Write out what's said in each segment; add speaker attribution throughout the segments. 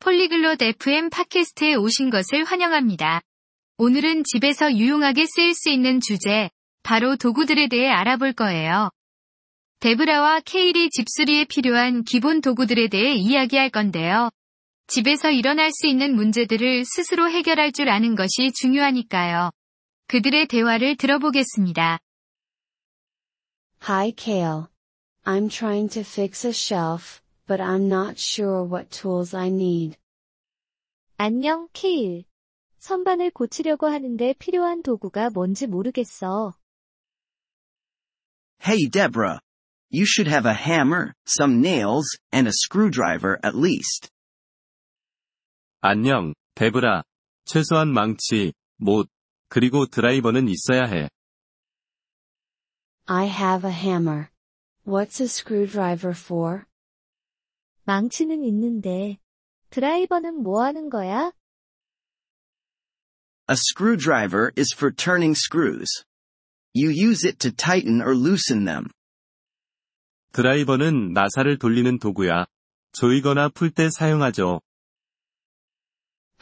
Speaker 1: 폴리글롯 FM 팟캐스트에 오신 것을 환영합니다. 오늘은 집에서 유용하게 쓰일 수 있는 주제, 바로 도구들에 대해 알아볼 거예요. 데브라와 케일이 집수리에 필요한 기본 도구들에 대해 이야기할 건데요. 집에서 일어날 수 있는 문제들을 스스로 해결할 줄 아는 것이 중요하니까요. 그들의 대화를 들어보겠습니다.
Speaker 2: Hi Kale. I'm trying to fix a shelf, but I'm not sure what tools I need.
Speaker 3: 안녕, 케일. 선반을 고치려고 하는데 필요한 도구가 뭔지 모르겠어.
Speaker 4: Hey Deborah. You should have a hammer, some nails, and a screwdriver at least.
Speaker 5: 안녕, 데브라. 최소한 망치, 못, 그리고 드라이버는 있어야 해.
Speaker 2: I have a hammer. What's a screwdriver for?
Speaker 3: 망치는 있는데. 드라이버는 뭐 하는 거야?
Speaker 4: A screwdriver is for turning screws. You use it to tighten or loosen them.
Speaker 5: 드라이버는 나사를 돌리는 도구야. 조이거나 풀 때 사용하죠.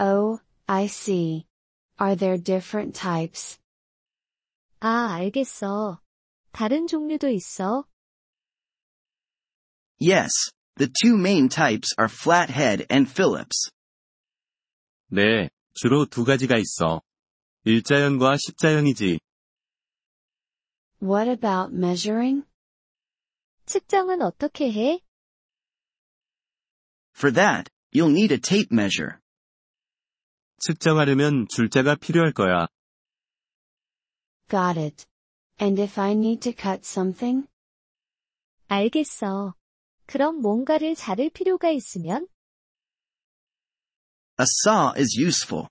Speaker 2: Oh, I see. Are there different types?
Speaker 3: 아, 알겠어. 다른 종류도 있어.
Speaker 4: Yes, the two main types are flathead and Phillips.
Speaker 5: 네, 주로 두 가지가 있어. 일자형과 십자형이지.
Speaker 2: What about measuring?
Speaker 3: 측정은 어떻게 해?
Speaker 4: For that, you'll need a tape measure.
Speaker 5: 측정하려면 줄자가 필요할 거야.
Speaker 2: Got it. And if I need to cut something?
Speaker 3: 알겠어. 그럼 뭔가를 자를 필요가 있으면?
Speaker 4: A saw is useful.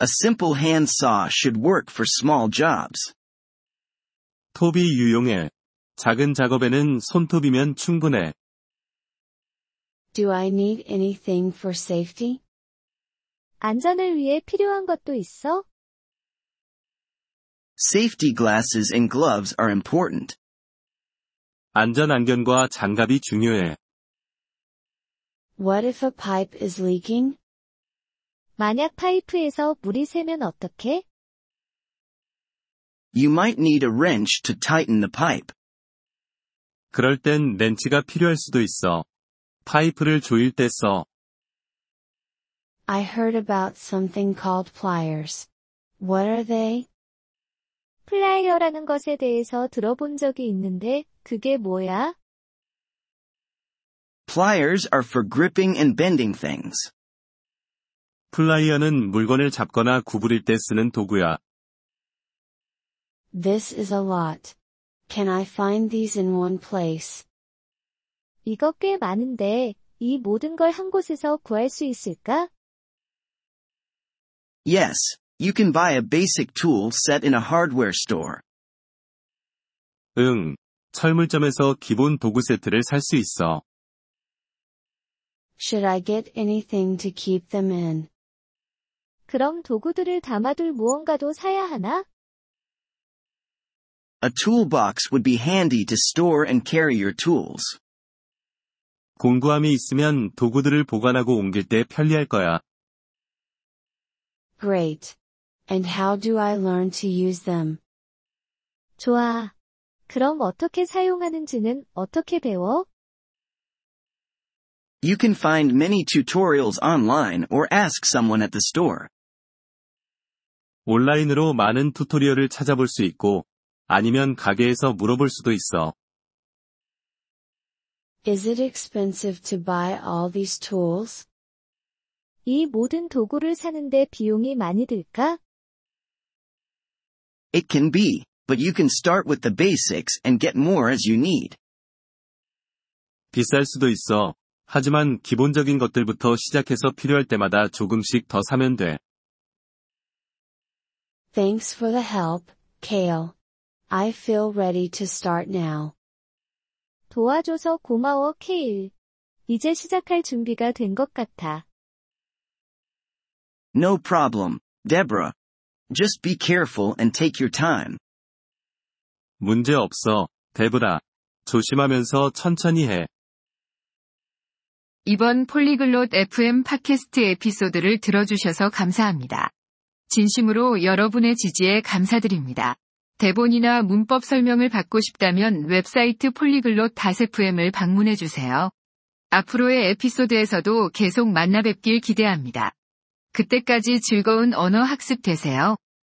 Speaker 4: A simple hand saw should work for small jobs.
Speaker 5: 톱이 유용해. 작은 작업에는 손톱이면 충분해.
Speaker 2: Do I need anything for safety?
Speaker 3: 안전을 위해 필요한 것도 있어?
Speaker 4: Safety glasses and gloves are important.
Speaker 5: 안전 안경과 장갑이 중요해.
Speaker 2: What if a pipe is leaking?
Speaker 3: 만약 파이프에서 물이 새면 어떡해?
Speaker 4: You might need a wrench to tighten the pipe.
Speaker 5: 그럴 땐 렌치가 필요할 수도 있어. 파이프를 조일 때 써.
Speaker 2: I heard about something called pliers. What are they?
Speaker 3: 플라이어라는 것에 대해서 들어본 적이 있는데, 그게 뭐야?
Speaker 4: Pliers are for gripping and bending things.
Speaker 5: 플라이어는 물건을 잡거나 구부릴 때 쓰는 도구야.
Speaker 2: This is a lot. Can I find these in one place?
Speaker 3: 이거 꽤 많은데, 이 모든 걸 한 곳에서 구할 수 있을까?
Speaker 4: Yes, you can buy a basic tool set in a hardware store.
Speaker 5: 응. 철물점에서 기본 도구 세트를 살 수 있어.
Speaker 2: Should I get anything to keep them in?
Speaker 3: 그럼 도구들을 담아둘 무언가도 사야 하나?
Speaker 4: A toolbox would be handy to store and carry your tools.
Speaker 5: 공구함이 있으면 도구들을 보관하고 옮길 때 편리할 거야.
Speaker 2: Great. And how do I learn to use them?
Speaker 3: 좋아. 그럼 어떻게 사용하는지는 어떻게 배워?
Speaker 4: You can find many tutorials online or ask someone at the store.
Speaker 5: 온라인으로 많은 튜토리얼을 찾아볼 수 있고, 아니면 가게에서 물어볼 수도 있어.
Speaker 2: Is it expensive to buy all these tools?
Speaker 3: 이 모든 도구를 사는데 비용이 많이 들까?
Speaker 4: It can be, but you can start with the basics and get more as you need.
Speaker 5: 비쌀 수도 있어. 하지만 기본적인 것들부터 시작해서 필요할 때마다 조금씩 더 사면 돼.
Speaker 2: Thanks for the help, Kale. I feel ready to start now.
Speaker 3: 도와줘서 고마워, 케일. 이제 시작할 준비가 된 것 같아.
Speaker 4: No problem, Deborah. Just be careful and take your time.
Speaker 5: 문제 없어. 데브라. 조심하면서 천천히 해.
Speaker 1: 이번 폴리글롯 FM 팟캐스트 에피소드를 들어주셔서 감사합니다. 진심으로 여러분의 지지에 감사드립니다. 대본이나 문법 설명을 받고 싶다면 웹사이트 폴리글롯 FM을 방문해주세요. 앞으로의 에피소드에서도 계속 만나뵙길 기대합니다. 그때까지 즐거운 언어 학습 되세요.